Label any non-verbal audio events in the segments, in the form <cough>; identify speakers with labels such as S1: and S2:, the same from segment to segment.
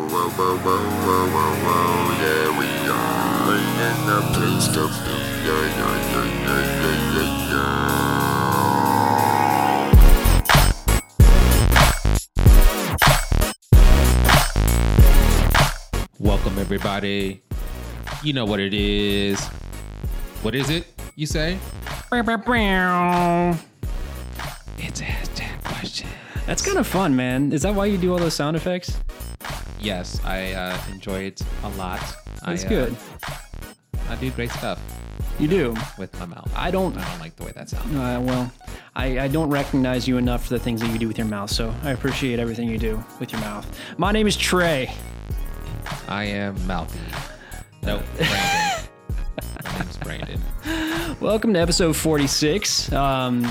S1: whoa, whoa, whoa, whoa, whoa, yeah, we are in the place of yeah, yeah, yeah, yeah, yeah, yeah, yeah.
S2: Welcome, everybody. You know what it is. What is it, you say? It's a hashtag question.
S3: That's kind of fun, man. Is that why you do all those sound effects?
S2: Yes, I uh, enjoy it a lot.
S3: That's
S2: I, uh,
S3: good.
S2: I do great stuff
S3: You do.
S2: with my mouth. I
S3: I don't.
S2: don't, I don't like the way that sounds.
S3: Uh, well, I, I don't recognize you enough for the things that you do with your mouth, so I appreciate everything you do with your mouth. My name is Trey.
S2: I am mouthy.
S3: <laughs>
S2: No, Brandon. my name's Brandon.
S3: Welcome to episode 46. Um,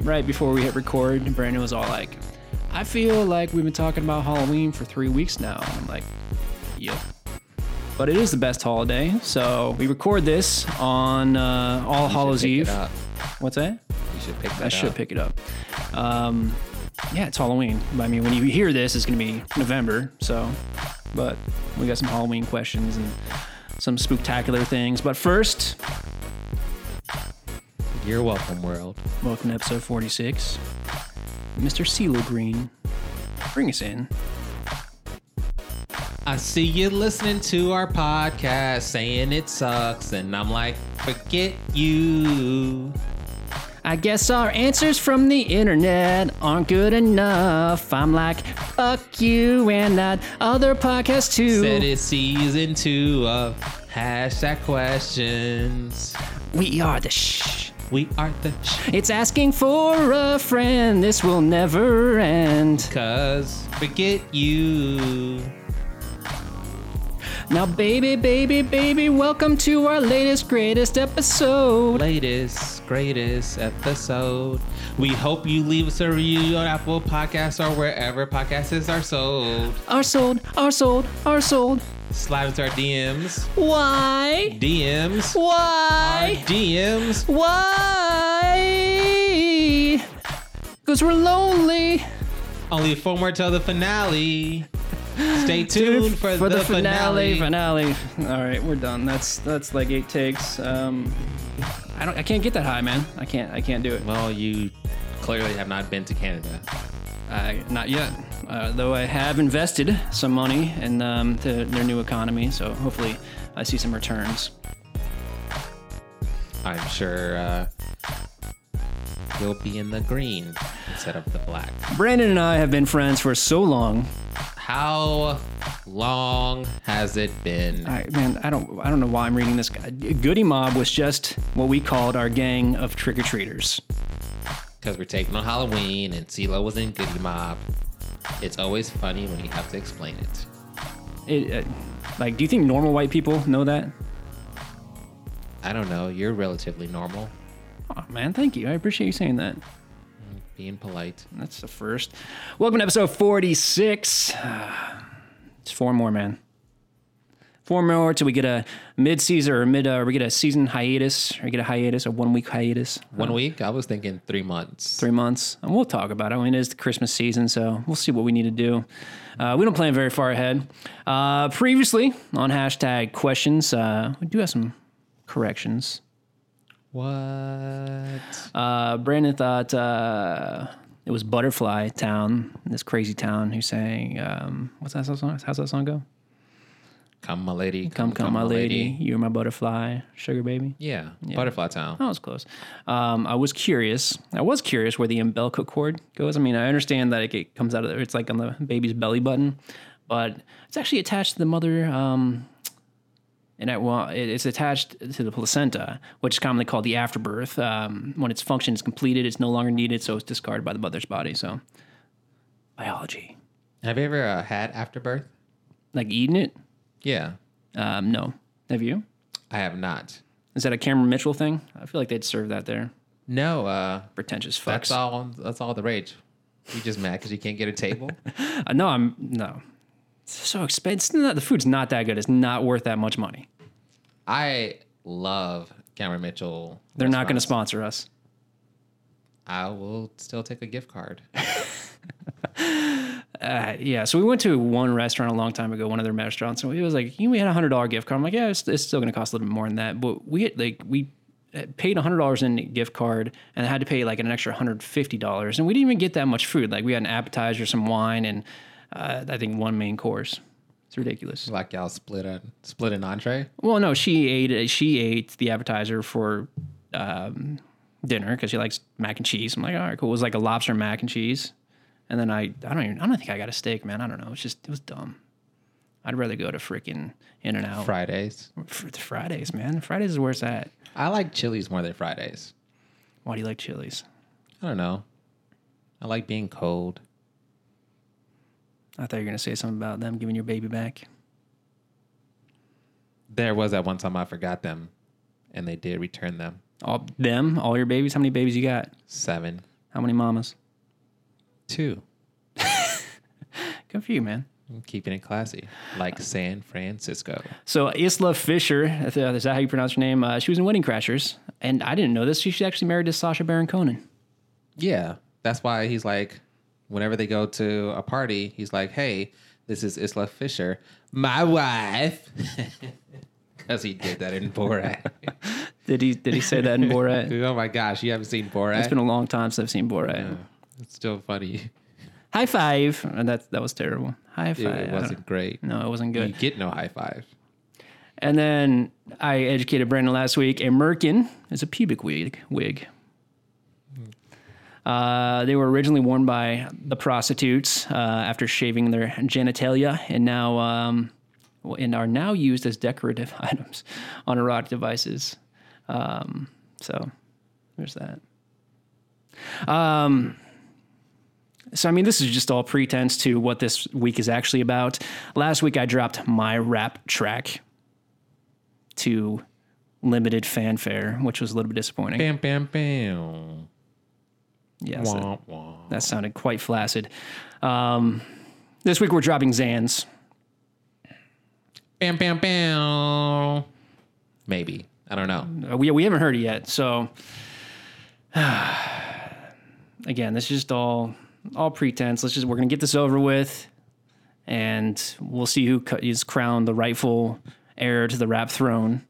S3: right before we hit record, Brandon was all like, I feel like we've been talking about Halloween for three weeks now. And I'm like, yep. But it is the best holiday, so we record this on uh, All Hallows
S2: Pick it
S3: Eve.
S2: up.
S3: What's that?
S2: You should pick that
S3: I should
S2: up.
S3: pick it up. Um, yeah, it's Halloween. I mean, when you hear this, it's going to be November. So, but we got some Halloween questions and some spooktacular things. But first,
S2: You're welcome, world.
S3: welcome to episode 46. Mr. CeeLo Green, bring us in.
S2: I see you listening to our podcast saying it sucks, and I'm like, forget you.
S3: I guess our answers from the internet aren't good enough. I'm like, fuck you and that other podcast too.
S2: Said it's season two of hashtag questions.
S3: We are the shh.
S2: We are the sh-
S3: It's asking for a friend. This will never end.
S2: cuz forget you.
S3: Now, baby, baby, baby, welcome to our latest, greatest episode.
S2: Latest, greatest episode. We hope you leave us a review on Apple Podcasts or wherever podcasts are sold.
S3: Our sold, our sold, our sold.
S2: Slide into our DMs.
S3: Why?
S2: DMs. Our
S3: Why?
S2: DMs.
S3: Why? Because we're lonely.
S2: Only four more till the finale. Stay tuned for, the, finale.
S3: Finale. All right, we're done. That's that's like eight takes. Um, I don't. I can't get that high, man. I can't. I can't do it.
S2: Well, Oh, you clearly have not been to Canada.
S3: I, not yet, uh, though I have invested some money in um, the, their new economy, so hopefully I see some returns.
S2: I'm sure uh, you'll be in the green instead of the black.
S3: Brandon and I have been friends for so long.
S2: How long has it been?
S3: I, man, I don't, I don't know why I'm reading this. Goody Mob was just what we called our gang of trick or treaters.
S2: Because we're taking on Halloween and CeeLo was in Goody Mob. It's always funny when you have to explain it.
S3: It, uh, like, do you think normal white people know that?
S2: I don't know. You're relatively normal,
S3: Oh, man, thank you. I appreciate you saying that.
S2: being polite.
S3: That's the first. Welcome to episode <sighs> 46. It's four more, man. Four more till we get a mid-season or mid, uh, we get a season hiatus or get a hiatus, a one-week hiatus,
S2: One week? I was thinking three months.
S3: Uh, three months, and we'll talk about it. I mean, it is the Christmas season, so we'll see what we need to do. Uh, we don't plan very far ahead. Uh, previously on hashtag questions, uh, we do have some corrections.
S2: What?
S3: Uh, Brandon thought uh, it was Butterfly Town, this crazy town who sang, um, what's that song? How's that song go?
S2: Come, my lady.
S3: Come, come, my lady, you're my butterfly, sugar baby.
S2: Yeah. Butterfly Town.
S3: That was close. Um, I was curious. I was curious where the umbilical cord goes. I mean, I understand that it, get- comes out of it's like on the baby's belly button, but it's actually attached to the mother. Um, and it, well, it- it's attached to the placenta, which is commonly called the afterbirth. Um, when its function is completed, it's no longer needed, so it's discarded by the mother's body. So, biology,
S2: Have you ever uh, had afterbirth?
S3: like eating it.
S2: Yeah.
S3: Um, no, have you?
S2: I have not.
S3: Is that a Cameron Mitchell thing? I feel like they'd serve that there.
S2: No, uh,
S3: Pretentious fucks.
S2: that's all. That's all the rage. You just mad because you can't get a table?
S3: Uh, no, I'm no. It's so expensive. No, the food's not that good. It's not worth that much money.
S2: I love Cameron Mitchell.
S3: They're not going to
S2: restaurants.
S3: sponsor us.
S2: I will still take a gift card.
S3: Uh, yeah, so we went to one restaurant a long time ago, one of their restaurants, and it was like you know, we had a hundred dollar gift card. I'm like, yeah, it's, it's still going to cost a little bit more than that, but we had, like we uh, paid a hundred dollars in gift card and had to pay like an extra hundred fifty dollars, and we didn't even get that much food. Like we had an appetizer, some wine, and uh, I think one main course. It's ridiculous.
S2: Like y'all split a split an entree.
S3: Well, no, she ate she ate the appetizer for um, dinner because she likes mac and cheese. I'm like, all right, cool. It was like a lobster mac and cheese, and then I I don't even I don't think I got a steak, man. I don't know. It's just it was dumb. I'd rather go to freaking In and Out
S2: Fridays.
S3: Fridays, man. Fridays is where it's at.
S2: I like Chili's more than Fridays.
S3: Why do you like Chili's?
S2: I don't know. I like being cold.
S3: I thought you were gonna say something about them giving your baby back.
S2: There was that one time I forgot them, and they did return them.
S3: All them, all your babies. How many babies you got?
S2: Seven,
S3: How many mamas?
S2: two.
S3: Good for you, man.
S2: I'm keeping it classy, like San Francisco.
S3: So Isla Fisher, is that how you pronounce her name? Uh, she was in Wedding Crashers, and I didn't know this. She's actually married to Sasha Baron Cohen.
S2: Yeah, that's why he's like, whenever they go to a party, he's like, "Hey, this is Isla Fisher, my wife," <laughs> because he did that in Borat. <laughs>
S3: Did he? Did he say that <laughs> in Borat?
S2: oh my gosh, you haven't seen Borat?
S3: It's been a long time since I've seen Borat.
S2: it's still funny.
S3: High five. And that that was terrible. High
S2: It,
S3: five. I
S2: wasn't great.
S3: don't- No, it wasn't
S2: You
S3: good.
S2: get no high five.
S3: And then I educated Brandon last week. A merkin is a pubic wig. Wig. Uh, they were originally worn by the prostitutes uh, after shaving their genitalia, and now um, and are now used as decorative <laughs> items on erotic devices. Um, so there's that. Um, So, I mean, this is just all pretense to what this week is actually about. Last week, I dropped my rap track to limited fanfare, which was a little bit disappointing.
S2: Bam, bam, bam.
S3: Yes, that-
S2: Womp, womp.
S3: that sounded quite flaccid. Um, this week, we're dropping Zans.
S2: Bam, bam, bam. Maybe. I don't know.
S3: Uh, We, we haven't heard it yet. So, <sighs> again, this is just all all pretense. Let's just, we're going to get this over with, and we'll see who co- is crowned the rightful heir to the rap throne.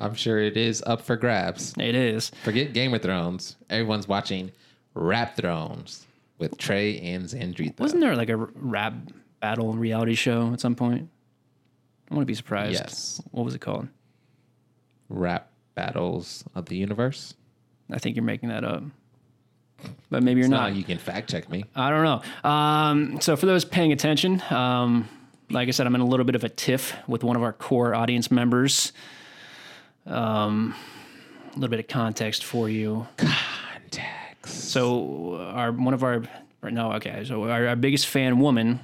S2: I'm sure it is up for grabs.
S3: It is.
S2: Forget Game of Thrones. Everyone's watching Rap Thrones with Trey and Zandrita.
S3: Wasn't there like a r- rap battle reality show at some point? I wouldn't be surprised.
S2: Yes.
S3: What was it called?
S2: Rap Battles of the Universe?
S3: I think you're making that up. But maybe you're
S2: No,
S3: not.
S2: you can fact check me.
S3: I don't know. Um, so for those paying attention, um, like I said, I'm in a little bit of a tiff with one of our core audience members. Um, a little bit of context for you.
S2: Text.
S3: So our one of our or no, okay. So our, our biggest fan woman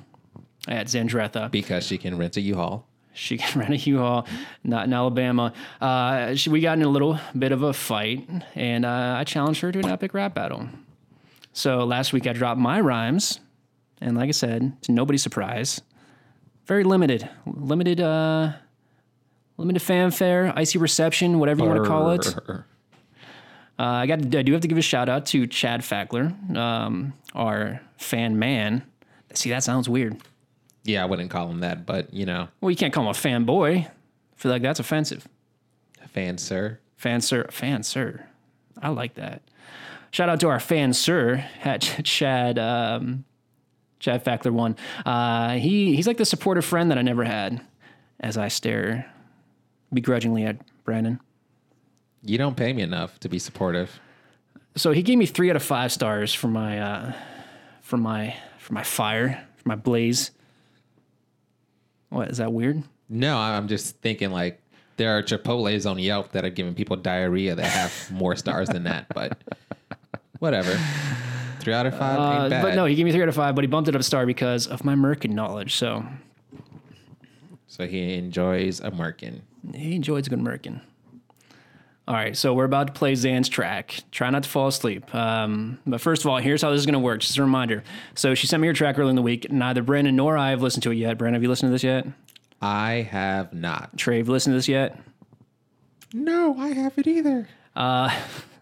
S3: at Zandretha.
S2: Because she can rent a U-Haul.
S3: She <laughs> can rent a U-Haul, not in Alabama. Uh, she, we got in a little bit of a fight, and uh, I challenged her to an epic rap battle. So last week I dropped my rhymes, and like I said, to nobody's surprise, very limited, limited, uh, limited fanfare, icy reception, whatever you want to call it. Uh, I got, I do have to give a shout out to Chad Fackler, um, our fan man. See, that sounds weird.
S2: Yeah, I wouldn't call him that, but you know,
S3: Well, you can't call him a fanboy. I feel like that's offensive.
S2: fan sir.
S3: Fan sir, fan sir, I like that. Shout out to our fan sir, at Chad um, Chad Fackler one. Uh, he he's like the supportive friend that I never had. As I stare begrudgingly at Brandon,
S2: You don't pay me enough to be supportive.
S3: so he gave me three out of five stars for my uh, for my for my fire for my blaze. What is that weird?
S2: No, I- I'm just thinking like there are Chipotle's on Yelp that have given people diarrhea that have more stars than that, but whatever. Three out of five
S3: Uh,
S2: ain't bad.
S3: but no, he gave me three out of five, but he bumped it up a star because of my Merkin knowledge. So
S2: so he enjoys a merkin.
S3: He enjoys a good Merkin. All right, so we're about to play Zan's track. Try not to fall asleep. Um, but first of all, here's how this is going to work. Just a reminder. So she sent me her track earlier in the week. Neither Brandon nor I have listened to it yet. Brandon, have you listened to this yet?
S2: I have not.
S3: Trey, have you listened to this yet?
S2: No, I haven't either.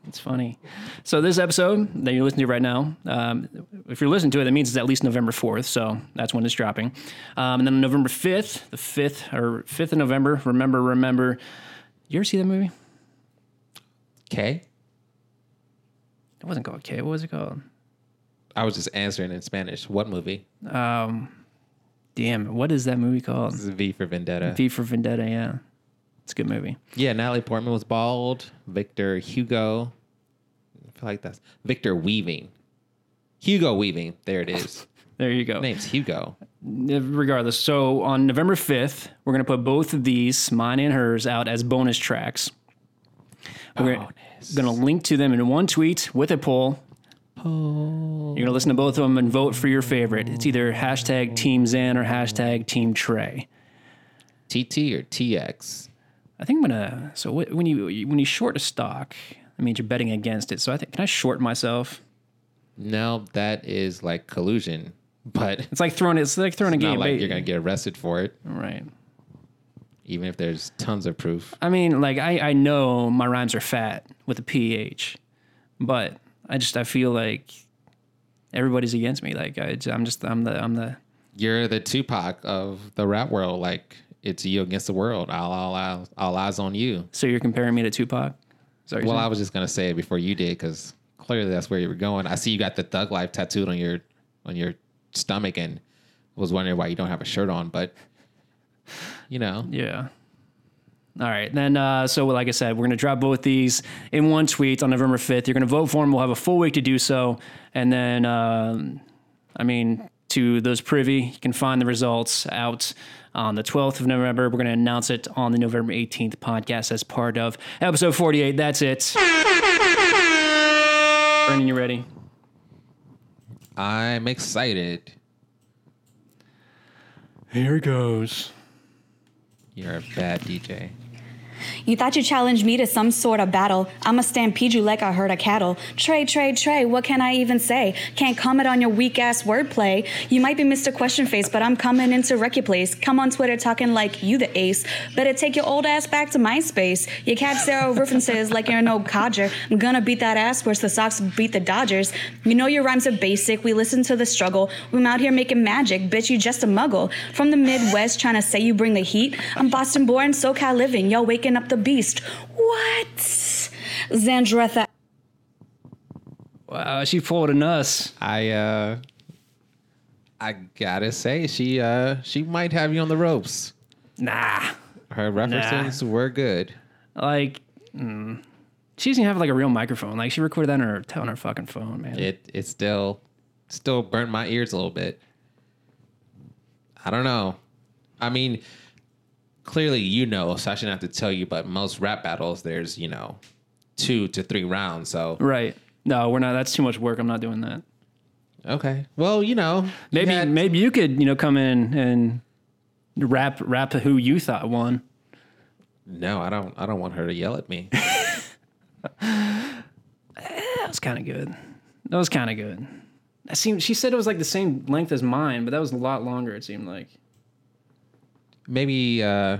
S3: It's funny. So this episode that you're listening to right now, um, if you're listening to it, that means it's at least November 4th. So that's when it's dropping. Um, and then November 5th, the 5th or 5th of November, remember, remember. You ever see that movie?
S2: Okay.
S3: It wasn't called K. What was it called?
S2: I was just answering in Spanish. What movie?
S3: Damn, what is that movie called?
S2: This is V for Vendetta.
S3: V for Vendetta. Yeah, it's a good movie.
S2: yeah, Natalie Portman was bald. Victor Hugo. I feel like that's Victor Weaving. Hugo Weaving. There it
S3: <laughs>
S2: is.
S3: There you go.
S2: Name's Hugo.
S3: regardless so on november 5th we're going to put both of these mine and hers out as bonus tracks we're going to link to them in one tweet with a poll you're going to listen to both of them and vote for your favorite it's either hashtag team xan or hashtag team trey
S2: TT or TX?
S3: i think i'm going to so wh- when you when you short a stock that means you're betting against it so i think can i short myself
S2: No, that is like collusion, but <laughs> it's
S3: it's like throwing it's like throwing a
S2: not
S3: game
S2: like
S3: ba-
S2: you're going to get arrested for it,
S3: right
S2: even if there's tons of proof.
S3: I mean, like I, I know my rhymes are fat with a ph, but I just I feel like everybody's against me. Like I, am just I'm the I'm the
S2: You're the Tupac of the rap world. Like, it's you against the world. All, all, all, all eyes on you.
S3: so you're comparing me to Tupac. Sorry.
S2: Well, I was just gonna say it before you did, because clearly that's where you were going. I see you got the thug life tattooed on your on your stomach, and was wondering why you don't have a shirt on. But you know,
S3: yeah. All right, then. Uh, so, like I said, we're gonna drop both these in one tweet on November fifth. You're gonna vote for them. We'll have a full week to do so, and then um, I mean, to those privy, you can find the results out on the 12th of November. We're going to announce it on the November 18th podcast as part of episode 48. That's it. Brendan, you ready?
S2: I'm excited.
S3: Here goes.
S2: You're a bad DJ.
S4: You thought you challenged me to some sort of battle. I'ma stampede you like I herd of cattle. Trey, Trey, Trey, what can I even say? Can't comment on your weak ass wordplay. You might be Mr. Question Face, but I'm coming into wreck your place. Come on Twitter talking like you the ace. Better take your old ass back to MySpace. You catch zero references like you're an old codger. I'm gonna beat that ass worse the Sox beat the Dodgers. You know your rhymes are basic. We listen to the struggle. I'm out here making magic. Bitch, you just a muggle. From the Midwest trying to say you bring the heat. I'm Boston born, SoCal living. Y'all waking up the beast. What? Zandretha.
S3: Wow, she pulled an us.
S2: I uh, I gotta say, she uh, she might have you on the ropes.
S3: Nah.
S2: Her references were good.
S3: Like, mm, she doesn't even have like a real microphone. Like, she recorded that on her, on her fucking phone, man.
S2: It it still still burnt my ears a little bit. I don't know. I mean, clearly you know, so I shouldn't have to tell you, but most rap battles there's, you know, two to three rounds. So
S3: Right. No, we're not. That's too much work. I'm not doing that.
S2: Okay. Well, you know. you
S3: Maybe
S2: had-
S3: maybe you could, you know, come in and rap rap who you thought won.
S2: No, I don't I don't want her to yell at me.
S3: That was kind of good. That was kind of good. That seemed she said it was like the same length as mine, but that was a lot longer it seemed like.
S2: maybe uh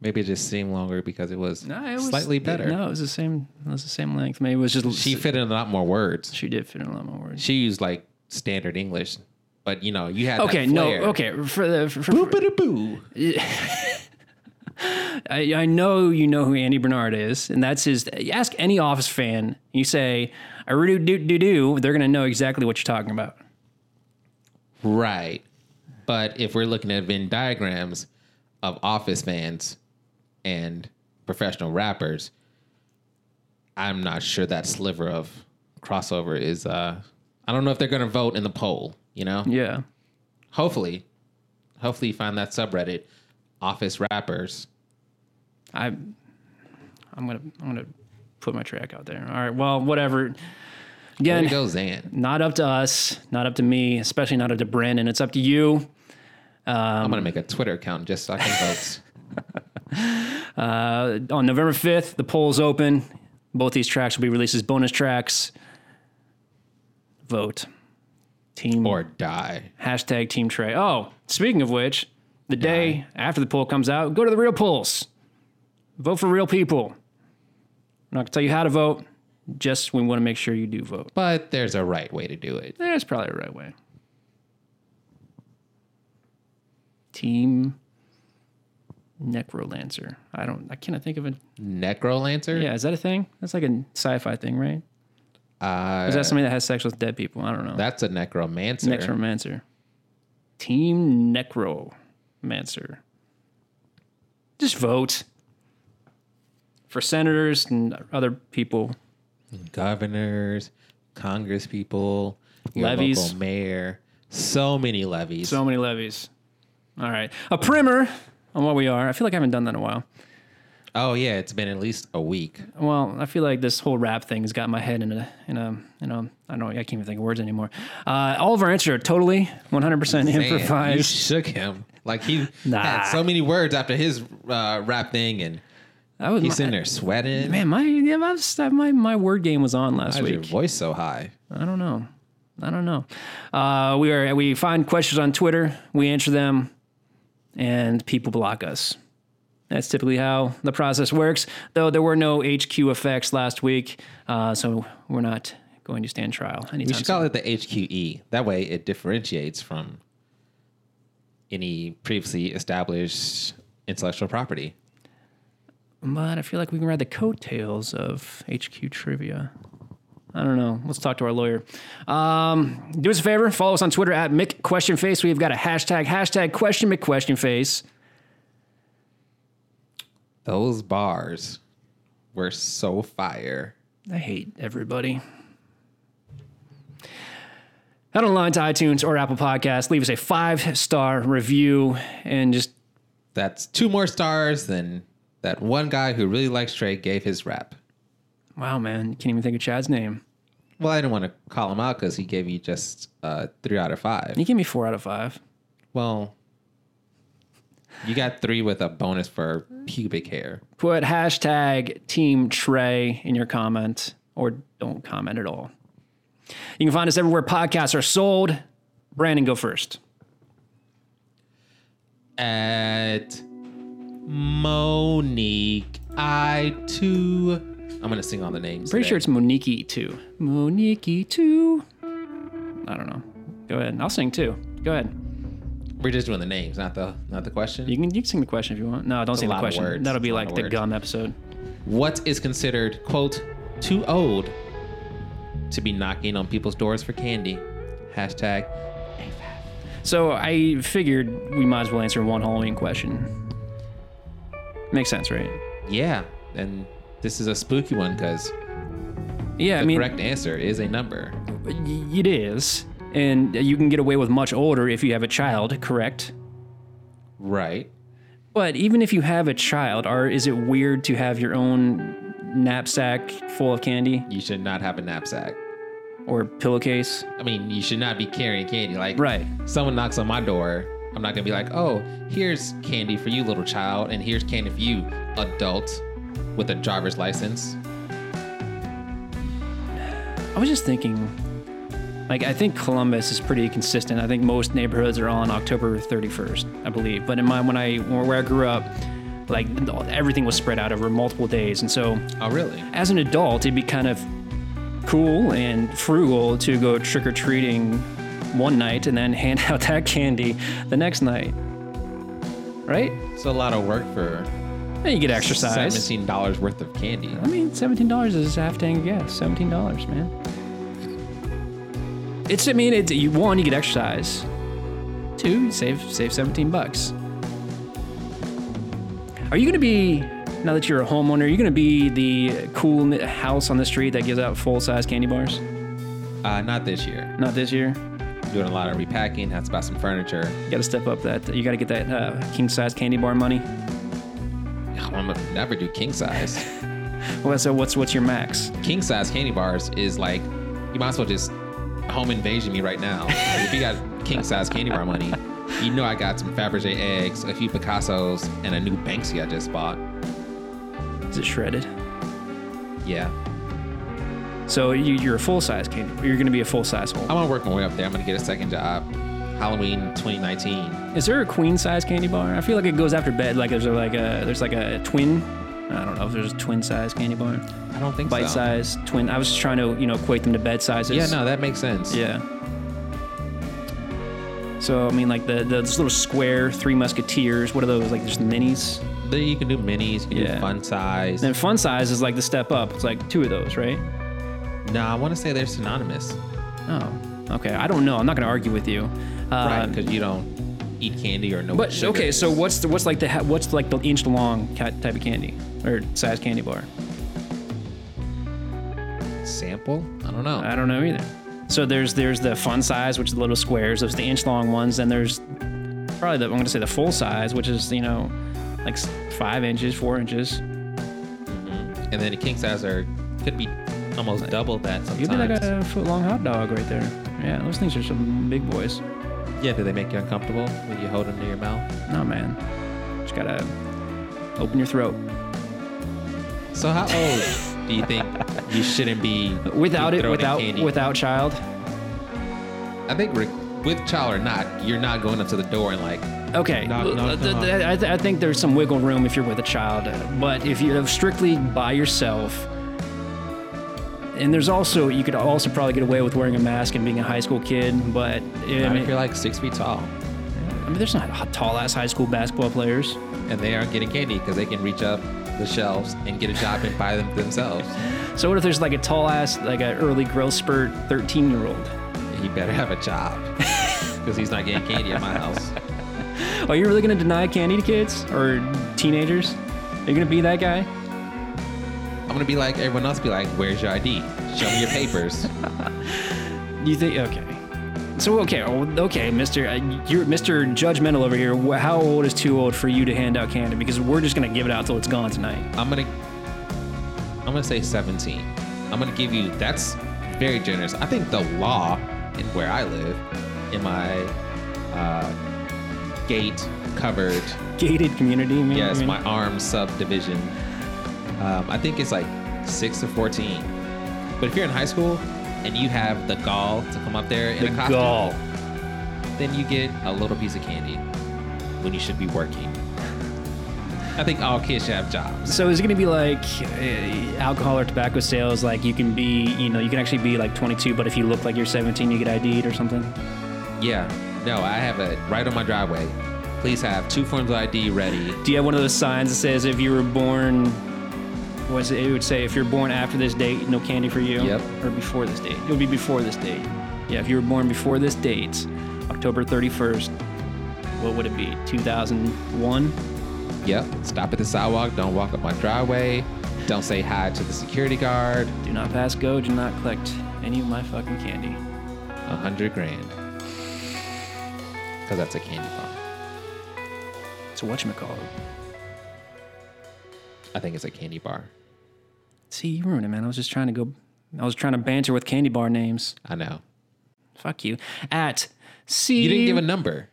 S2: maybe it just seemed longer because it was, slightly better.
S3: No, it was the same it was the same length. Maybe it was just
S2: She fit in a lot more words.
S3: she did fit in a lot more words.
S2: She used like standard English. But you know, you had that
S3: Okay, no,
S2: flair.
S3: okay. For the for, for-
S2: Boop-a-da-boo.
S3: <laughs> I, I know you know who Andy Bernard is, and that's his. you Ask any Office fan, you say, "I do do do do," they're gonna know exactly what you're talking about.
S2: Right. But if we're looking at Venn diagrams of office fans and professional rappers, I'm not sure that sliver of crossover is uh I don't know if they're gonna vote in the poll, you know?
S3: Yeah,
S2: Hopefully. Hopefully you find that subreddit, office rappers.
S3: I I'm gonna I'm gonna put my track out there. All right. Well, whatever.
S2: There
S3: Again,
S2: you go, Zan.
S3: not up to us, not up to me, especially not up to Brandon. It's up to you.
S2: I'm gonna make a Twitter account just so I can vote.
S3: On November 5th, the poll's open. Both these tracks will be released as bonus tracks. Vote. Team
S2: or die.
S3: hashtag Team Trey. Oh, speaking of which, the day after the poll comes out, go to the real polls. Vote for real people. We're not gonna tell you how to vote. Just we want to make sure you do vote.
S2: But there's a right way to do it.
S3: That's probably the right way. Team Necrolancer. I don't. I cannot think of a.
S2: Necrolancer?
S3: Yeah, is that a thing? That's like a sci-fi thing, right?
S2: Uh,
S3: Is that somebody that has sex with dead people? I don't know.
S2: that's a necromancer.
S3: Necromancer. Team Necromancer. Just vote for senators and other people.
S2: Governors, congress people,
S3: Levies.
S2: local mayor. So many levies.
S3: So many levies. All right. A primer on what we are. I feel like I haven't done that in a while.
S2: oh, yeah. It's been at least a week.
S3: Well, I feel like this whole rap thing has got my head in a, in a, in a, I don't, I can't even think of words anymore. Uh, all of our answers are totally 100%
S2: Man, you
S3: improvised.
S2: shook him. Like he
S3: <laughs> Nah.
S2: had so many words after his uh, rap thing, and
S3: I was,
S2: he's
S3: my,
S2: in there sweating.
S3: man, my, yeah, I was, my, my word game was on last
S2: Why is your
S3: week.
S2: voice so high?
S3: I don't know. I don't know. Uh, we are we find questions on Twitter, we answer them, and people block us. That's typically how the process works. Though there were no HQ effects last week, uh, so we're not going to stand trial
S2: We
S3: anytime
S2: should
S3: soon.
S2: call it the HQE. That way, it differentiates from any previously established intellectual property.
S3: But I feel like we can ride the coattails of HQ trivia. I don't know. Let's talk to our lawyer. Um, do us a favor. Follow us on Twitter at McQuestionFace. We've got a hashtag, hashtag question McQuestionFace.
S2: Those bars were so fire.
S3: I hate everybody. Head online to iTunes or Apple Podcasts. Leave us a five star review and just
S2: That's two more stars than that one guy who really likes Trey gave his rap.
S3: wow, man, can't even think of Chad's name.
S2: Well, I didn't want to call him out because he gave you just uh, three out of five.
S3: He gave me four out of five.
S2: Well, you got three with a bonus for pubic hair.
S3: Put hashtag Team Trey in your comment or don't comment at all. You can find us everywhere podcasts are sold. Brandon, go first.
S2: At Monique, I too. I'm gonna sing all the names.
S3: Pretty
S2: today.
S3: sure it's Monique too. Monique too. I don't know. Go ahead. I'll sing too. Go ahead.
S2: we're just doing the names, not the not the question.
S3: You can, you can sing the question if you want. No, don't sing
S2: a
S3: the
S2: lot of
S3: question.
S2: words.
S3: That'll be
S2: It's a lot
S3: like
S2: of
S3: the
S2: words.
S3: gum episode.
S2: what is considered quote too old to be knocking on people's doors for candy? Hashtag.
S3: So I figured we might as well answer one Halloween question. Makes sense, right?
S2: Yeah, and this is a spooky one because
S3: Yeah,
S2: the
S3: I mean,
S2: correct answer is a number.
S3: y- it is. And you can get away with much older if you have a child, correct?
S2: Right.
S3: But even if you have a child, are is it weird to have your own knapsack full of candy
S2: You should not have a knapsack.
S3: or pillowcase?
S2: I mean, you should not be carrying candy. Like,
S3: Right.
S2: Someone knocks on my door. I'm not gonna be like, oh, here's candy for you, little child, and here's candy for you, adult, with a driver's license.
S3: I was just thinking, like, I think Columbus is pretty consistent. I think most neighborhoods are on October 31st, I believe. But in my, when I, where I grew up, like, everything was spread out over multiple days. And so,
S2: Oh, really?
S3: as an adult, it'd be kind of cool and frugal to go trick or treating one night and then <laughs> hand out that candy the next night. Right?
S2: It's a lot of work for
S3: And you get exercise.
S2: seventeen dollars worth of candy.
S3: I mean, seventeen dollars is a half tank of gas. Seventeen dollars, man. It's. I mean, it's you one, you get exercise. Two, you save save seventeen bucks. Are you gonna be now that you're a homeowner? Are you gonna be the cool n- house on the street that gives out full size candy bars?
S2: Uh, not this year.
S3: Not this year.
S2: Doing a lot of repacking. That's about some furniture. <sighs>
S3: You gotta step up. That you gotta get that uh, king size candy bar money.
S2: Ugh, I'm gonna never do king size.
S3: Well, so what's what's your max?
S2: king size candy bars is like, you might as well just home invasion me right now. if you got king size candy bar money, you know I got some Fabergé eggs, a few Picassos, and a new Banksy I just bought.
S3: Is it shredded?
S2: Yeah.
S3: So you, you're a full size candy. You're gonna be a full size hole.
S2: I'm gonna work my way up there. I'm gonna get a second job. Halloween 2019.
S3: Is there a queen size candy bar? I feel like it goes after bed. Like there's a, like a there's like a twin I don't know if there's a twin size candy bar,
S2: I don't think
S3: bite
S2: so.
S3: size, twin. I was just trying to you know equate them to bed sizes.
S2: Yeah, no, that makes sense.
S3: Yeah. So I mean, like the, the this little square Three Musketeers. What are those? Like just minis.
S2: Then you can do minis, you can
S3: Yeah.
S2: do fun size.
S3: And then fun size is like the step up. It's like two of those, right?
S2: No, I want to say they're synonymous.
S3: Oh, okay. I don't know. I'm not gonna argue with you. Uh,
S2: right, because you don't eat candy or no.
S3: But okay, so what's the, what's like the ha- what's like the inch long ca- type of candy or size candy bar?
S2: sample? I don't know.
S3: I don't know either. So there's there's the fun size, which is the little squares. Those are the inch long ones. Then there's probably the I'm going to say the full size, which is you know like s- five inches, four inches.
S2: and then the king size are could be almost double that sometimes.
S3: You'd be like a foot long hot dog right there. Yeah, those things are some big boys.
S2: yeah, do they make you uncomfortable when you hold them to your mouth?
S3: No man, just gotta open your throat.
S2: So how old do you think you shouldn't be
S3: Without it,
S2: throwing
S3: without
S2: candy?
S3: without child.
S2: I think re- with child or not, you're not going up to the door and like
S3: Okay,
S2: Knock,
S3: l-
S2: knock,
S3: th-
S2: knock.
S3: th- I, th- I think there's some wiggle room if you're with a child, uh, but if you're strictly by yourself, and there's also you could also probably get away with wearing a mask and being a high school kid, but I
S2: not
S3: mean,
S2: if you're like six feet tall
S3: I mean, there's not tall ass high school basketball players.
S2: and they aren't getting candy because they can reach up the shelves and get a job and buy them themselves.
S3: So what if there's like a tall ass like an early growth spurt 13 year old?
S2: He better have a job because he's not getting candy at my house.
S3: Are you really gonna deny candy to kids or teenagers? Are you gonna be that guy?
S2: I'm gonna be like everyone else. Be like, where's your ID? Show me your papers.
S3: You think okay? So okay, oh, okay, Mister, uh, you're Mister Judgmental over here. Wh- How old is too old for you to hand out candy? Because we're just gonna give it out till it's gone tonight.
S2: I'm gonna I'm gonna say 17. I'm gonna give you that's very generous. I think the law in where I live, in my uh, gate covered,
S3: Gated community, man. I
S2: yes,
S3: mean,
S2: my arm subdivision, um, I think it's like six to 14. But if you're in high school and you have the gall to come up there in
S3: the
S2: a costume,
S3: gall.
S2: then you get a little piece of candy when you should be working. I think all kids should have jobs.
S3: So is it gonna be like uh, alcohol or tobacco sales? Like you can be, you know, you can actually be like 22, but if you look like you're 17, you get ID'd or something.
S2: Yeah. No, I have it right on my driveway. Please have two forms of ID ready.
S3: Do you have one of those signs that says if you were born? Was it, it would say if you're born after this date, no candy for you.
S2: Yep.
S3: Or before this date. It would be before this date. Yeah, if you were born before this date, October 31st, what would it be? 2001.
S2: Yep. Stop at the sidewalk. Don't walk up my driveway. Don't say hi to the security guard.
S3: Do not pass go. Do not collect any of my fucking candy.
S2: A hundred grand. Because that's a candy bar.
S3: So what you call it?
S2: I think it's a candy bar.
S3: See, you ruined it, man. I was just trying to go. I was trying to banter with candy bar names.
S2: I know.
S3: Fuck you. At C.
S2: You didn't give a number.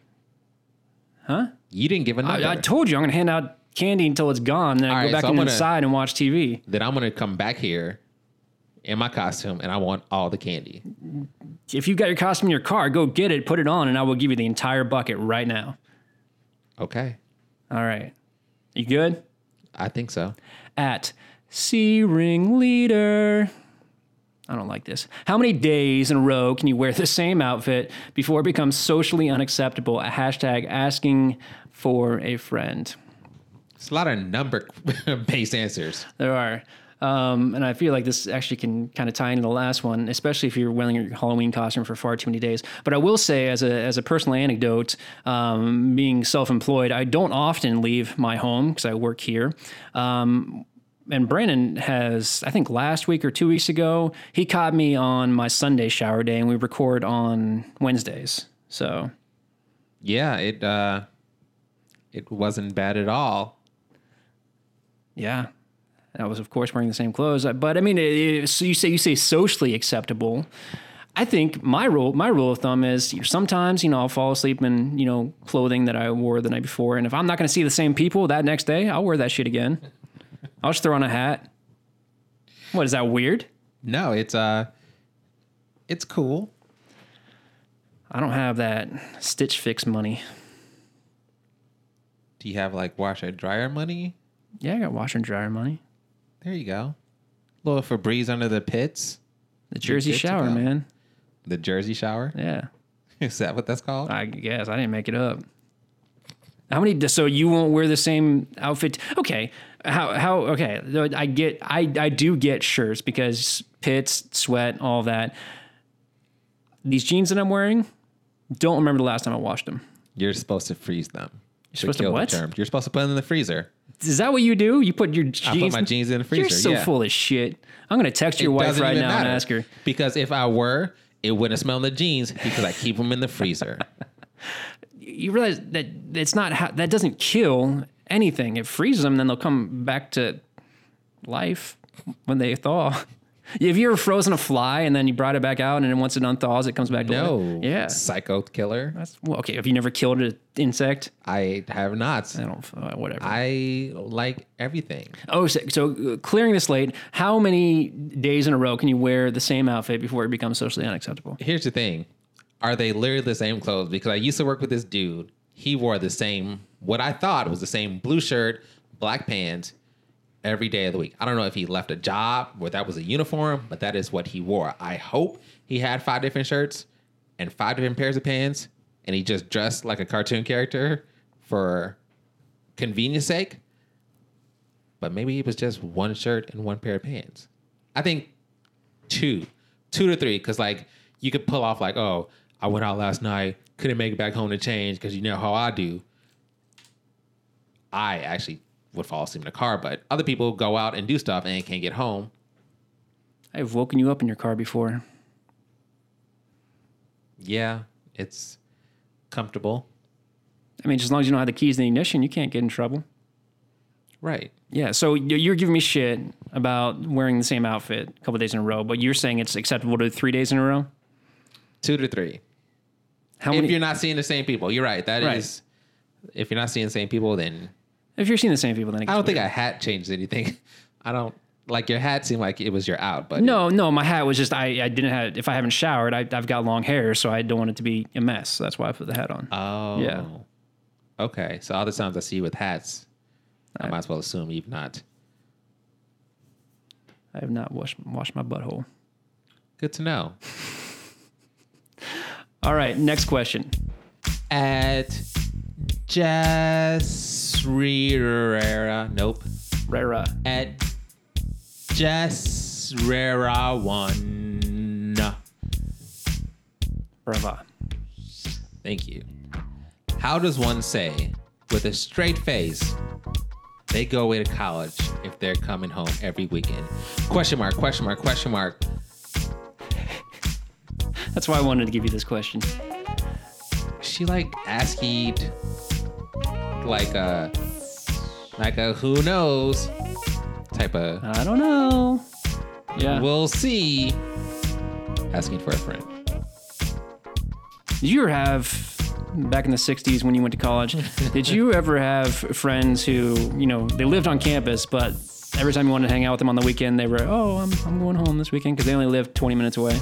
S3: Huh?
S2: You didn't give a number.
S3: I, I told you I'm gonna hand out candy until it's gone. Then I
S2: All
S3: go
S2: right,
S3: back
S2: so I'm
S3: in
S2: gonna-
S3: inside and watch TV.
S2: that I'm gonna come back here in my costume and I want all the candy.
S3: If you've got your costume in your car, go get it, put it on, and I will give you the entire bucket right now.
S2: Okay.
S3: All right, you good?
S2: I think so.
S3: At C ring leader. I don't like this. How many days in a row can you wear the same outfit before it becomes socially unacceptable? A hashtag asking for a friend.
S2: It's a lot of number based answers.
S3: There are. Um, and I feel like this actually can kind of tie into the last one, especially if you're wearing your Halloween costume for far too many days. But I will say, as a, as a personal anecdote, um, being self employed, I don't often leave my home because I work here. Um, and Brandon has, I think last week or two weeks ago, he caught me on my Sunday shower day, and we record on Wednesdays. So
S2: Yeah, it uh it wasn't bad at all.
S3: Yeah. And I was, of course, wearing the same clothes. I- But I mean, it, it, so you say you say socially acceptable. I think my rule my rule of thumb is sometimes you know I'll fall asleep in you know clothing that I wore the night before, and if I'm not going to see the same people that next day, I'll wear that shit again. I'll just throw on a hat. What is that weird?
S2: No, it's uh it's cool.
S3: I don't have that Stitch Fix money.
S2: Do you have like washer dryer money?
S3: Yeah, I got washer and dryer money.
S2: There you go. A little Febreze under the pits.
S3: The Jersey
S2: good to
S3: shower,
S2: go.
S3: man.
S2: The Jersey shower. <laughs>
S3: Yeah,
S2: Is that what that's called?
S3: I guess I didn't make it up. How many? So you won't wear the same outfit? Okay. How? How? Okay. though I get. I I do get shirts because pits, sweat, all that. These jeans that I'm wearing, don't remember the last time I washed them.
S2: You're supposed to freeze them. You're
S3: supposed to what?
S2: You're supposed to put them in the freezer.
S3: Is that what you do? You put your jeans?
S2: I put my jeans in the freezer.
S3: You're so
S2: yeah.
S3: full of shit. I'm gonna text your
S2: It
S3: wife
S2: doesn't
S3: right
S2: even
S3: now and
S2: matter,
S3: ask her.
S2: Because if I were, it wouldn't smell in the jeans because I keep them in the
S3: <laughs>
S2: freezer.
S3: You realize that it's not how, that doesn't kill anything. It freezes them, then they'll come back to life when they thaw. <laughs> If you ever frozen a fly and then you brought it back out, and then once it unthaws, it comes back to
S2: No.
S3: life. Yeah.
S2: Psycho killer.
S3: That's, well, okay. If you never killed an insect,
S2: I have not.
S3: I don't. Uh, whatever.
S2: I like everything.
S3: oh, so, so uh, clearing the slate. How many days in a row can you wear the same outfit before it becomes socially unacceptable?
S2: Here's the thing. Are they literally the same clothes? Because I used to work with this dude. He wore the same, what I thought was the same blue shirt, black pants every day of the week. I don't know if he left a job where that was a uniform, but that is what he wore. I hope he had five different shirts and five different pairs of pants and he just dressed like a cartoon character for convenience sake. But maybe it was just one shirt and one pair of pants. I think two, two to three, because like you could pull off like, oh, I went out last night, couldn't make it back home to change because you know how I do. I actually would fall asleep in the car, but other people go out and do stuff and can't get home.
S3: I've woken you up in your car before.
S2: Yeah, it's comfortable,
S3: I mean, just as long as you don't have the keys to the ignition, you can't get in trouble.
S2: right?
S3: Yeah. So y- you're giving me shit about wearing the same outfit a couple days in a row, but you're saying it's acceptable to do three days in a row.
S2: Two to three.
S3: How
S2: If
S3: many?
S2: you're not seeing the same people, you're right. That is,
S3: Right.
S2: if you're not seeing the same people, then
S3: if you're seeing the same people, then
S2: I
S3: it gets
S2: don't think
S3: weird.
S2: a hat changed anything. <laughs> I don't like your hat seemed like it was your out, but
S3: No, no. My hat was just I. I didn't have. If I haven't showered, I, I've got long hair, so I don't want it to be a mess. So that's why I put the hat on.
S2: Oh.
S3: Yeah.
S2: Okay. So all the times I see you with hats, I might as well assume you've not.
S3: I have not washed washed my butthole.
S2: Good to know.
S3: All right. Next question.
S2: At Jess Rera. Nope.
S3: Rara.
S2: At Jess Rera one.
S3: Brava.
S2: Thank you. How does one say with a straight face they go away to college if they're coming home every weekend? Question mark, question mark, question mark.
S3: That's why I wanted to give you this question.
S2: she like askied like a like a who knows type of
S3: I don't know. Yeah.
S2: we'll see asking for a friend
S3: Did you ever have back in the '60s when you went to college? did you ever have friends who, you know, they lived on campus, but every time you wanted to hang out with them on the weekend, they were, "Oh, I'm, I'm going home this weekend" because they only lived 20 minutes away.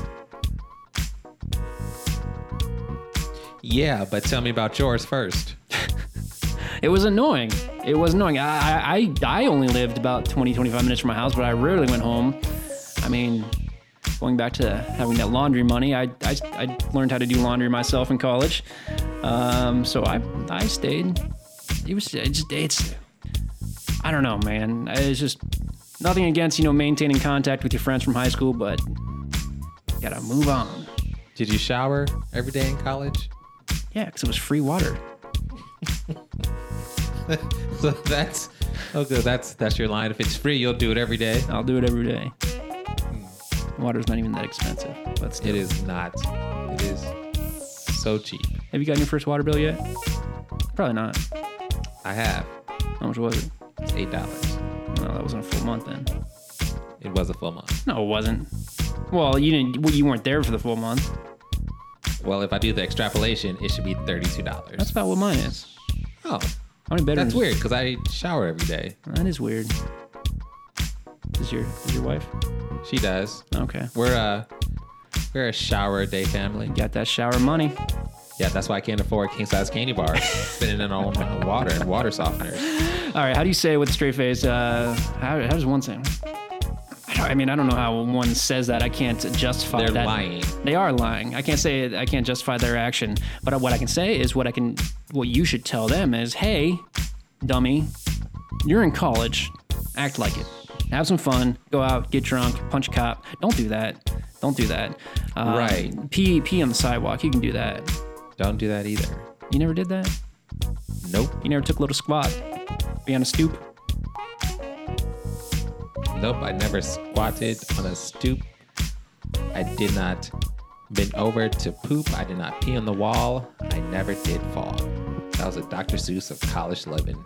S2: yeah but tell me about yours first
S3: It was annoying. It was annoying. I I, I I only lived about 20, 25 minutes from my house, but I rarely went home. I mean, going back to having that laundry money, I I, I learned how to do laundry myself in college. Um, so I I stayed. It was it just it's I don't know, man. It's just nothing against you know maintaining contact with your friends from high school, but gotta move on.
S2: did you shower every day in college <laughs>
S3: Yeah, because it was free water.
S2: so that's okay that's that's your line if it's free you'll do it every day
S3: I'll do it every day. Water's not even that expensive, but still.
S2: it is not it is so cheap
S3: Have you gotten your first water bill yet? Probably not.
S2: i have
S3: How much was it?
S2: it's eight dollars
S3: No, that wasn't a full month then.
S2: it was a full month
S3: No, it wasn't. Well, you didn't. Well, you weren't there for the full month.
S2: well if i do the extrapolation it should be 32
S3: That's
S2: dollars
S3: about what mine is.
S2: oh
S3: How many bedrooms?
S2: That's weird because I shower every day.
S3: That is weird. Is your is your wife?
S2: She does.
S3: Okay.
S2: We're a we're a shower a day family.
S3: Got that shower money.
S2: Yeah, that's why I can't afford king size candy bars. Spending it on water and water softeners.
S3: All right, how do you say it with a straight face? Uh, how, how does one say? I don't- I mean, I don't know how one says that. I can't justify
S2: They're
S3: that.
S2: lying.
S3: They are lying. I can't say it. I can't justify their action. But what I can say is what I can. What you should tell them is, hey, dummy, you're in college. Act like it. Have some fun. Go out. Get drunk. Punch a cop. Don't do that. Don't do that. Um,
S2: Right.
S3: Pee pee on the sidewalk. You can do that.
S2: Don't do that either.
S3: You never did that.
S2: Nope.
S3: You never took a little squat. Be on a stoop.
S2: Nope. I never squatted on a stoop. I did not bend over to poop. I did not pee on the wall. I never did fall. That was a Dr. Seuss of college living.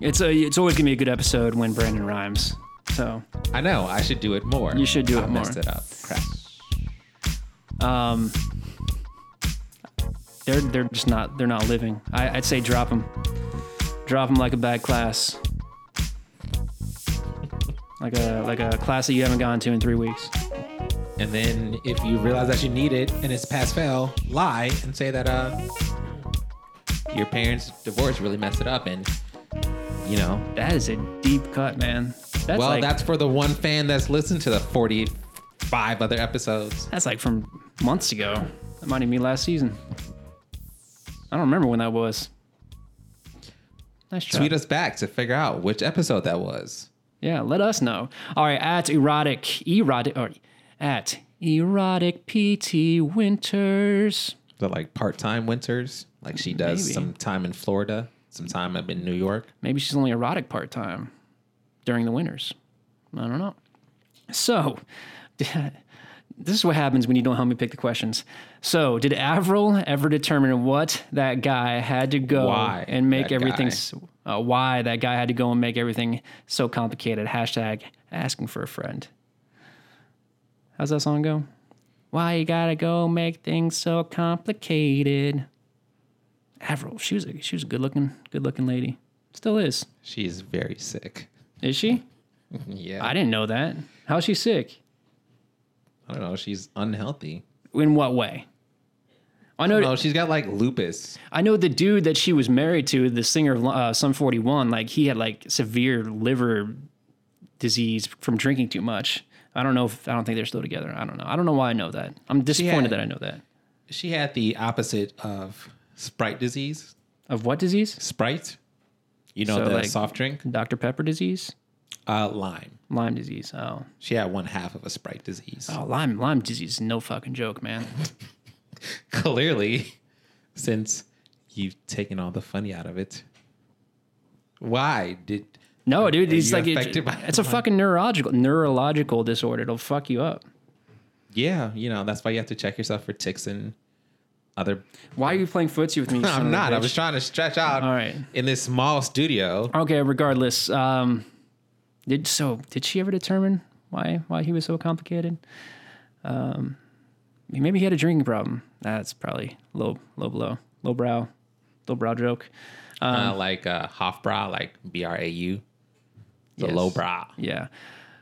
S3: It's a, it's always gonna be a good episode when Brandon rhymes. So
S2: I know. I should do it more.
S3: You should do
S2: I
S3: it more.
S2: messed it up. Crap.
S3: they're they're just not they're not living. I, I'd say drop them, drop them like a bad class, like a like a class that you haven't gone to in three weeks.
S2: And then if you realize that you need it and it's pass fail, lie and say that uh your parents' divorce really messed it up and you know.
S3: That is a deep cut, man. That's
S2: well,
S3: like,
S2: that's for the one fan that's listened to the 45 other episodes.
S3: that's like from months ago. That might even be last season. I don't remember when that was. Nice job.
S2: Tweet us back to figure out which episode that was.
S3: Yeah, let us know. All right, at erotic erotic or at erotic PT Winters.
S2: Is that like part-time winters? Like she does
S3: Maybe.
S2: some time in Florida, some time up in New York.
S3: Maybe she's only erotic part time during the winters. I don't know. So, <laughs> this is what happens when you don't help me pick the questions. So, did Avril ever determine what that guy had to go
S2: Why
S3: and make
S2: that
S3: everything?
S2: guy?
S3: s- Uh, why that guy had to go and make everything so complicated? Hashtag asking for a friend. How's that song go? Why you gotta go make things so complicated? Avril, she was a she was a good looking good looking lady. Still is.
S2: She's very sick.
S3: Is she?
S2: Yeah.
S3: I didn't know that. How's she sick?
S2: I don't know, she's unhealthy.
S3: In what way? I know.
S2: No, she's got like lupus.
S3: I know the dude that she was married to, the singer of uh, Sum 41. Like he had like severe liver disease from drinking too much. I don't know if I don't think they're still together. I don't know. I don't know why I know that. I'm disappointed
S2: had-
S3: that I know that.
S2: She had the opposite of Sprite disease.
S3: Of what disease?
S2: Sprite, you know
S3: So,
S2: the
S3: like-
S2: soft drink.
S3: Dr Pepper disease,
S2: Uh, Lyme.
S3: Lyme disease. Oh,
S2: She had one half of a Sprite disease.
S3: oh, Lyme Lyme disease. is No fucking joke, man.
S2: <laughs> Clearly, since you've taken all the funny out of it. Why did? <laughs>
S3: No, dude,
S2: Are
S3: it's
S2: you
S3: like it-
S2: affected by
S3: it's a
S2: Lyme?
S3: fucking neurological neurological disorder. It'll fuck you up.
S2: Yeah, you know that's why you have to check yourself for ticks and other.
S3: Why are you playing footsie with me? you son
S2: <laughs>
S3: of
S2: I'm
S3: a
S2: not. I
S3: bitch?
S2: was trying to stretch out.
S3: All right.
S2: In this small studio,
S3: Okay, regardless, um, did so did she ever determine why why he was so complicated? Um, maybe he had a drinking problem. That's probably low low blow low brow low brow joke.
S2: uh, like uh, Hofbra, like B R A U, the
S3: Yes.
S2: low bra.
S3: Yeah.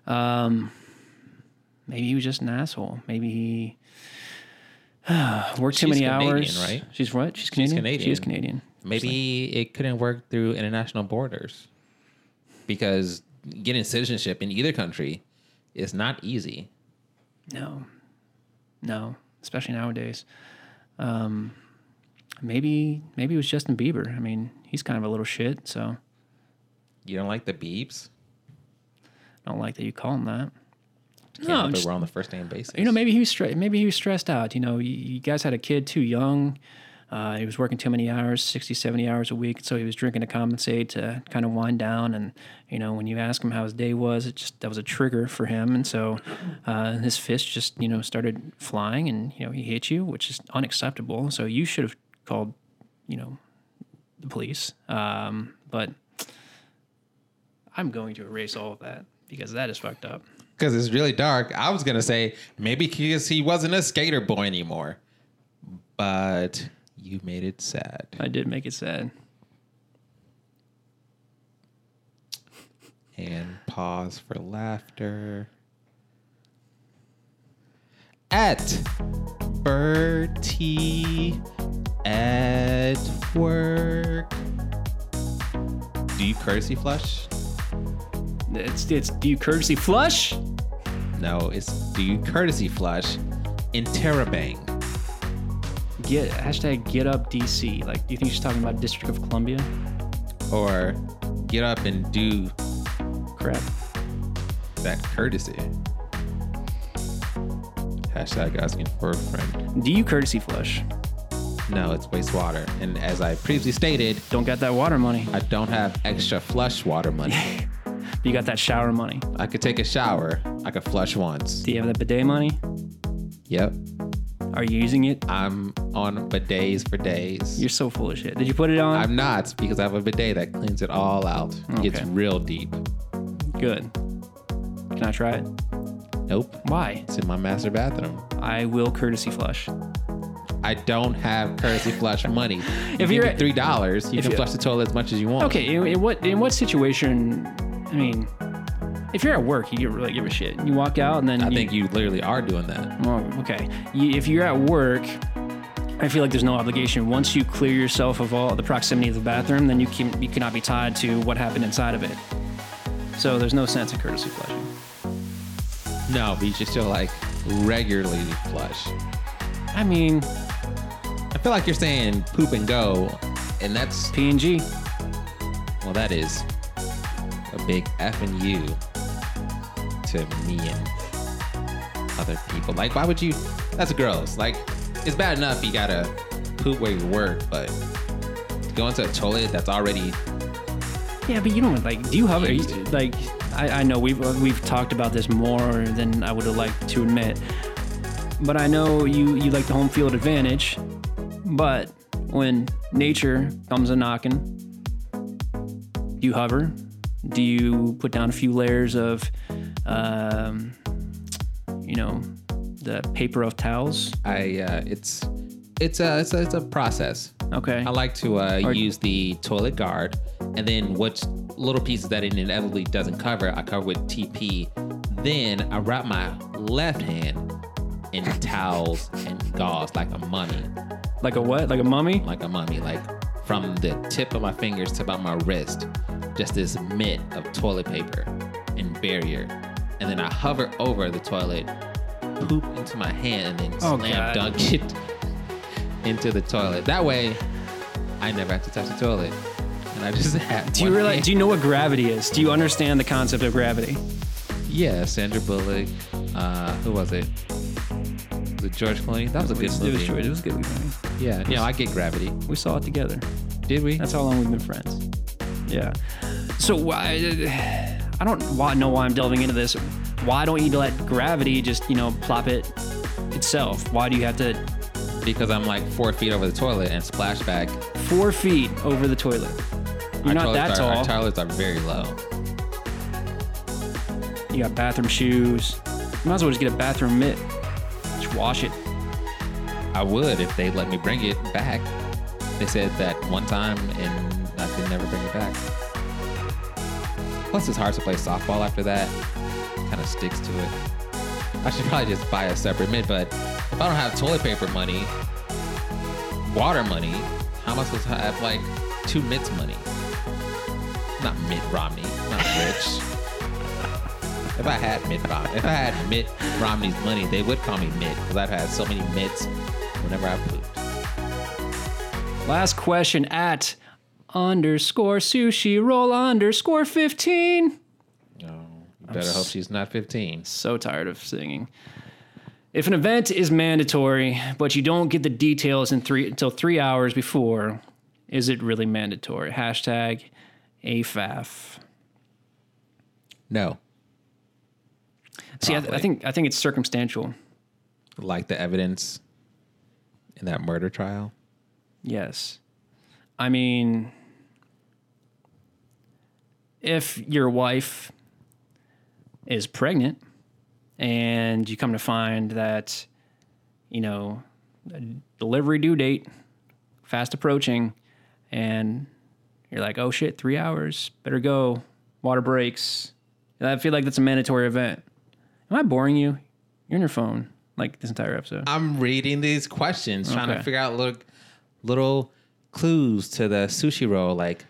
S3: Um, maybe he was just an asshole. Maybe he <sighs> worked too
S2: She's
S3: many
S2: Canadian,
S3: hours.
S2: right?
S3: She's what? She's Canadian. She is
S2: Canadian.
S3: Canadian.
S2: Maybe it couldn't work through international borders because getting citizenship in either country is not easy.
S3: No, no, especially nowadays. Um, maybe maybe it was Justin Bieber. I mean, he's kind of a little shit, so
S2: You don't like the beeps?
S3: I don't like that you call him that.
S2: Can't
S3: No,
S2: help it,
S3: just-
S2: we're on the first name basis.
S3: you know, maybe he was stre- maybe he was stressed out. You know, you, you guys had a kid too young. Uh, he was working too many hours, 60, 70 hours a week, so he was drinking to compensate to kind of wind down. And you know, when you ask him how his day was, it just that was a trigger for him, and so uh, his fist just you know started flying, and you know he hit you, which is unacceptable. So you should have called, you know, the police. Um, but I'm going to erase all of that because that is fucked up.
S2: because it's really dark. I was gonna say maybe because he wasn't a skater boy anymore, but you made it sad,
S3: I did make it sad.
S2: and pause for laughter. at Bertie at work. Do you courtesy flush?
S3: It's it's do you courtesy flush?
S2: No, it's do you courtesy flush in Terabang.
S3: Get hashtag get up DC. Like, do you think she's talking about District of Columbia?
S2: Or get up and do
S3: Crap.
S2: that courtesy. Hashtag asking for a friend.
S3: Do you courtesy flush?
S2: No, it's wastewater. And as I previously stated,
S3: Don't got that water money.
S2: I don't have extra flush water money.
S3: You got that shower money.
S2: I could take a shower. I could flush once.
S3: Do you have that bidet money?
S2: Yep.
S3: Are you using it?
S2: I'm on bidets for days.
S3: You're so full of shit. Did you put it on?
S2: I'm not because I have a bidet that cleans it all out. It's
S3: Okay.
S2: real deep.
S3: Good. Can I try it?
S2: Nope.
S3: Why?
S2: It's in my master bathroom.
S3: I will courtesy flush.
S2: I don't have courtesy flush money.
S3: <laughs> If
S2: if you
S3: you're-
S2: get three dollars, you
S3: if
S2: can
S3: you-
S2: flush the toilet as much as you want.
S3: Okay, in, in what in what situation? I mean, if you're at work, you don't really give a shit. You walk out and then
S2: I
S3: you,
S2: think you literally are doing that.
S3: Well, okay. You, if you're at work, I feel like there's no obligation. Once you clear yourself of all the proximity of the bathroom, then you can you cannot be tied to what happened inside of it. So there's no sense in courtesy flushing.
S2: No, but you should still like regularly flush.
S3: I mean,
S2: I feel like you're saying poop and go, and that's
S3: P and G.
S2: well, that is a big F and U to me and other people. Like, why would you? That's gross. Like, it's bad enough you gotta poop where you work, but to go into a toilet that's already
S3: Yeah, but you don't like. Do you have
S2: I
S3: are you-
S2: used to.
S3: like? I, I know we've we've talked about this more than I would have liked to admit, but I know you you like the home field advantage. But when nature comes a knocking, do you hover? Do you put down a few layers of, um, you know, the paper of towels?
S2: I uh, it's it's a, it's a it's a process.
S3: Okay.
S2: I like to uh, use the toilet guard, and then what little pieces that it inevitably doesn't cover, I cover with TP. Then I wrap my left hand in towels and gauze like a mummy,
S3: Like a what? Like a mummy?
S2: like a mummy, like from the tip of my fingers to about my wrist, just this mitt of toilet paper and barrier, and then I hover over the toilet, poop into my hand, and then
S3: Oh,
S2: slam
S3: God.
S2: dunk <laughs> it into the toilet. That way, I never have to touch the toilet, and I just <laughs> have.
S3: Do you realize? Do you know what gravity is? Do you understand the concept of gravity?
S2: yeah, Sandra Bullock. Uh, who was it? Was it George Clooney? That was a good
S3: It was,
S2: movie.
S3: short. It was a good movie.
S2: Yeah, you know, I get gravity.
S3: We saw it together.
S2: Did we?
S3: That's how long we've been friends. Yeah. So why? I don't why, know why I'm delving into this. Why don't you let gravity just you know plop it itself? Why do you have to
S2: because I'm like four feet over the toilet and splash back.
S3: four feet over the toilet? You're
S2: our
S3: not that
S2: toilets are, Our
S3: tall.
S2: toilets are very low.
S3: You got bathroom shoes. You might as well just get a bathroom mitt. Just wash it.
S2: I would if they let me bring it back. They said that one time and I could never bring it back. Plus, it's hard to play softball after that. Kind of sticks to it. I should probably just buy a separate mitt, but if I don't have toilet paper money, water money, how am I supposed to have like two mitts money? Not Mitt Romney, not rich. If I had Mitt Romney, if I had Mitt Romney's money, they would call me Mitt because I've had so many mitts whenever I pooped.
S3: Last question at underscore sushi roll underscore fifteen.
S2: No, you better hope she's not 15.
S3: so tired of singing. If an event is mandatory, but you don't get the details in three until three hours before, is it really mandatory? Hashtag AFAF.
S2: No,
S3: See, I, I
S2: Probably.
S3: think I think it's circumstantial.
S2: like the evidence in that murder trial.
S3: Yes, I mean, if your wife is pregnant and you come to find that, you know, a delivery due date fast approaching and you're like, oh shit, three hours, better go, water breaks. I feel like that's a mandatory event. Am I boring you? You're on your phone. like this entire episode.
S2: I'm reading these questions, trying
S3: Okay.
S2: to figure out little little clues to the sushi roll. Like,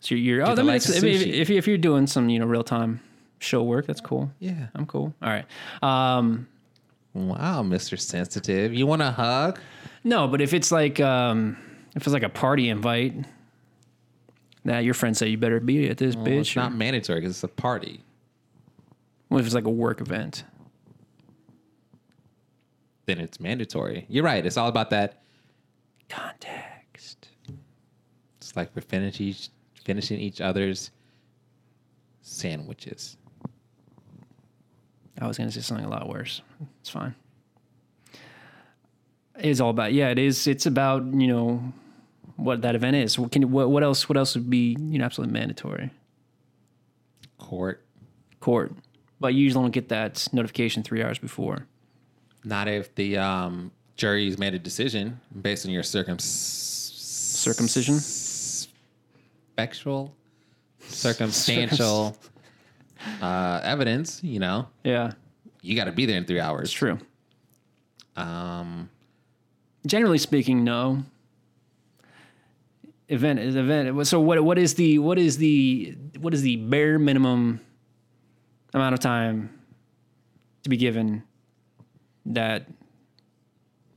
S3: So you're,
S2: Do
S3: oh,
S2: they
S3: that
S2: like
S3: makes, if, if,
S2: sushi?
S3: if- if you're doing some, you know, real time show work, that's cool.
S2: yeah,
S3: I'm cool. All right. Um,
S2: wow, Mister Sensitive, you want a hug?
S3: no, but if it's like, um, if it's like a party invite, now your friends say you better be at this
S2: Well,
S3: bitch.
S2: it's not mandatory because it's a party.
S3: What if it's like a work event?
S2: Then it's mandatory. You're right. It's all about that.
S3: Context.
S2: It's like we're finishing each, finishing each other's sandwiches.
S3: I was going to say something a lot worse. It's fine. It's all about yeah. It is. It's about you know what that event is. What can what, what else? What else would be you know absolutely mandatory?
S2: Court.
S3: Court, but you usually don't get that notification three hours before.
S2: Not if the um, jury's made a decision based on your circum circumcision, spectral, circumstantial uh, evidence. You know,
S3: Yeah,
S2: you got to be there in three hours.
S3: it's true. Um,
S2: Um,
S3: generally speaking, no. Event is event. So what? What is the what is the what is the bare minimum amount of time to be given that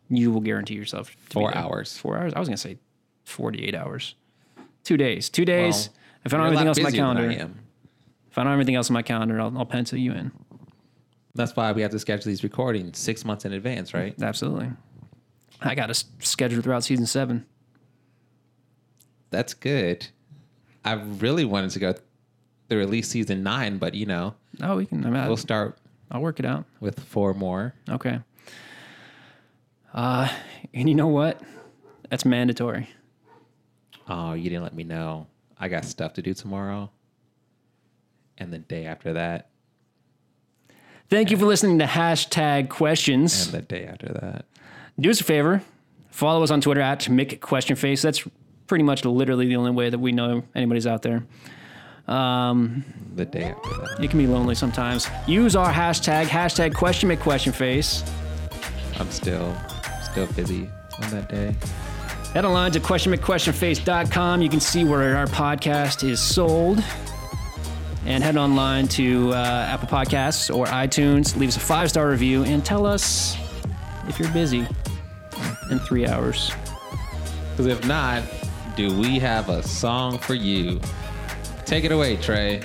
S3: you will guarantee yourself to be
S2: Four
S3: there?
S2: hours.
S3: Four hours. I was gonna say forty-eight hours. Two days. Two days.
S2: Well,
S3: if I don't
S2: You're a
S3: have anything
S2: lot
S3: else on my
S2: busier than I
S3: calendar,
S2: am.
S3: if I don't have anything else on my calendar, I'll, I'll pencil you in.
S2: That's why we have to schedule these recordings six months in advance, right?
S3: Absolutely. I got a schedule throughout season seven.
S2: That's good. I really wanted to go through at least season nine, but you know,
S3: Oh, we can. I'm out.
S2: we'll start
S3: I'll work it out.
S2: with four more.
S3: Okay. Uh, and you know what? That's mandatory.
S2: Oh, you didn't let me know. I got stuff to do tomorrow. And the day after that,
S3: Thank you for listening to hashtag questions.
S2: and the day after that.
S3: Do us a favor. Follow us on Twitter at MickQuestionFace. That's pretty much literally the only way that we know anybody's out there.
S2: The day after that.
S3: It can be lonely sometimes. Use our hashtag, hashtag question MickQuestionFace.
S2: I'm still still busy on that day.
S3: Head online to questionmcquestionface.com. You can see where our podcast is sold. And head online to uh, Apple Podcasts or iTunes. Leave us a five star review and tell us if you're busy in three hours.
S2: Because if not, do we have a song for you? Take it away, Trey.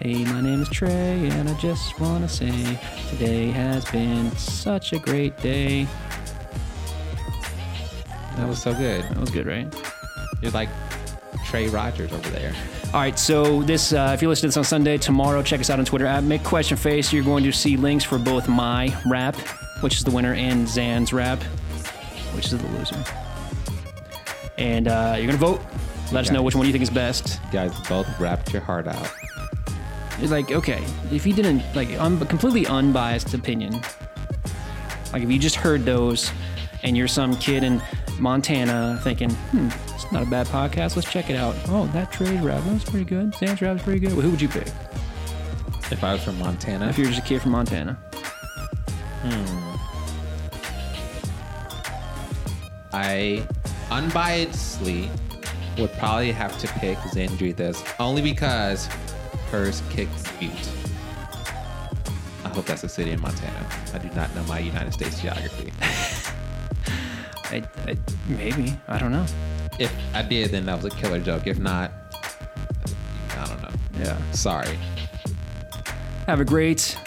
S3: Hey, my name is Trey, and I just want to say today has been such a great day.
S2: That was so good.
S3: That was good, right?
S2: You're like Trey Rogers over there.
S3: All right, so this, uh, if you listen to this on Sunday, tomorrow, check us out on Twitter at MickQuestionFace. You're going to see links for both my rap, which is the winner, and Zan's rap, which is the loser. And uh, you're going to vote. Let us know which one you think is best.
S2: You guys both rapped your heart out.
S3: It's like, okay, if you didn't, like, un- completely unbiased opinion, like if you just heard those and you're some kid in Montana thinking, hmm, it's not a bad podcast, let's check it out. Oh, that trade rap, that was pretty good. Zan's rap's pretty good. Well, who would you pick?
S2: If I was from Montana,
S3: if you're just a kid from Montana.
S2: I unbiasedly would probably have to pick Zandritas only because hers kicks butt. I hope that's a city in Montana. I do not know my United States geography. <laughs>
S3: I, I maybe I don't know.
S2: if I did, then that was a killer joke. If not, I don't know.
S3: Yeah.
S2: Sorry.
S3: Have a great.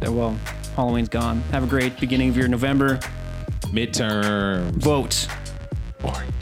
S3: yeah, Well, Halloween's gone. Have a great beginning of your November.
S2: Midterms.
S3: Vote.
S2: Boring.